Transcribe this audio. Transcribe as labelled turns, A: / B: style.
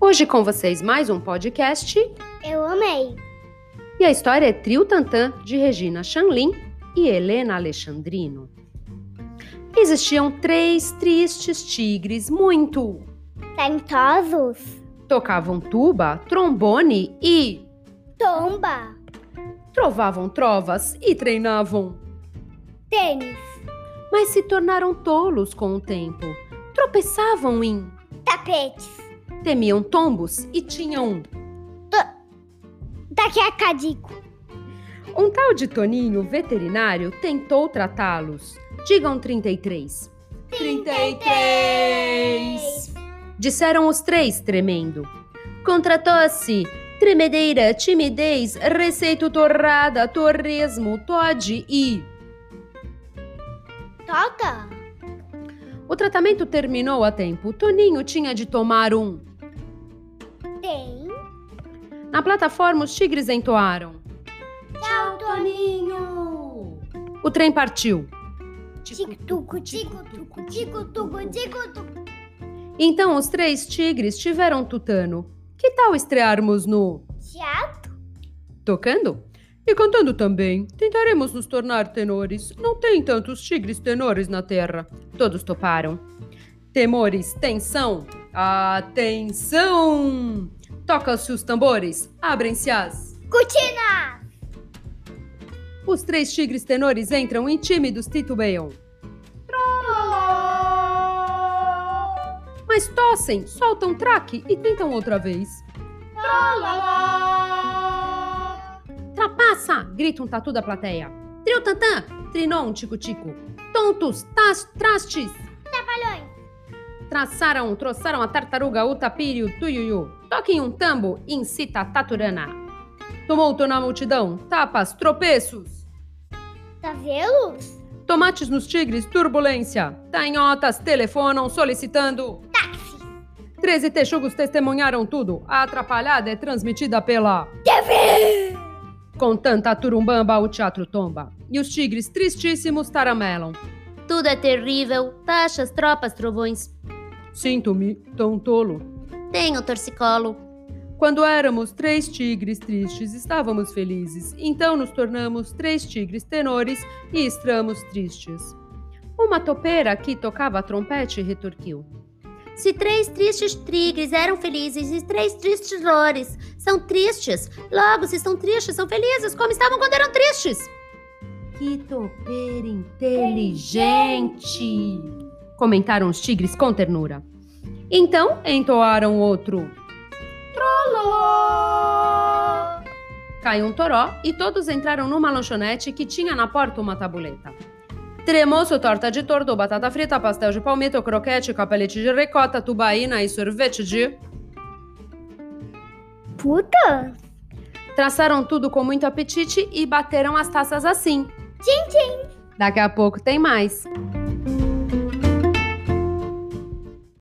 A: Hoje com vocês mais um podcast
B: Eu amei.
A: e a história é Trio Tantan de Regina Chanlin e Helena Alexandrino. Existiam três tristes tigres muito.
B: Talentosos.
A: Tocavam tuba, trombone e
B: Tomba.
A: trovavam trovas e treinavam.
B: Tênis.
A: Mas se tornaram tolos com o tempo. Tropeçavam em,
B: Tapetes.
A: temiam tombos e tinham
B: Daqui a cadico.
A: Um tal de Toninho, veterinário, tentou tratá-los. Digam 33.
B: 33!
A: Disseram os três, tremendo. Contra tosse, tremedeira, timidez, receito torrada, torresmo, tode e...
B: Toca.
A: O tratamento terminou a tempo. Toninho tinha de tomar um.
B: Tem.
A: Na plataforma, os tigres entoaram.
B: Tchau, Toninho.
A: O trem partiu.
B: Tico-tuco, tico-tuco, tico-tuco, tico-tuco.
A: Então os três tigres tiveram tutano. Que tal estrearmos no...
B: Tchau.
A: Tocando? E cantando também. Tentaremos nos tornar tenores. Não tem tantos tigres tenores na terra. Todos toparam. Temores, tensão. Atenção! Toca-se os tambores. Abrem-se as.
B: Cortina.
A: Os três tigres tenores entram e tímidos titubeiam. Mas tossem, soltam traque e tentam outra vez. Trapaça! Grita um tatu da plateia. Trio tantã! Trinon, tico-tico. Tontos, tas, trastes!
B: Trabalhões.
A: Traçaram, trouxeram a tartaruga, o tapiri, o tuiuiu. Toquem um tambo, incita a taturana. Tomou na multidão, tapas, tropeços.
B: Tavelos.
A: Tomates nos tigres, turbulência. Tanhotas telefonam solicitando.
B: Táxi.
A: Treze texugos testemunharam tudo. A atrapalhada é transmitida pela...
B: TV.
A: Com tanta turumbamba, o teatro tomba. E os tigres tristíssimos taramelam.
B: Tudo é terrível. Taxas, tropas, trovões.
A: Sinto-me tão tolo.
B: Tenho torcicolo.
A: Quando éramos três tigres tristes, estávamos felizes. Então nos tornamos três tigres tenores e estamos tristes. Uma topeira que tocava trompete retorquiu.
B: Se três tristes tigres eram felizes e três tristes lores são tristes, logo se estão tristes são felizes como estavam quando eram tristes.
A: Que topeira inteligente! Comentaram os tigres com ternura. Então entoaram outro. Caiu um toró e todos entraram numa lanchonete que tinha na porta uma tabuleta. Tremoço, torta de tordo, batata frita, pastel de palmito, croquete, capelete de ricota, tubaína e sorvete de...
B: Puta!
A: Traçaram tudo com muito apetite e bateram as taças assim.
B: Tchim,
A: Daqui a pouco tem mais.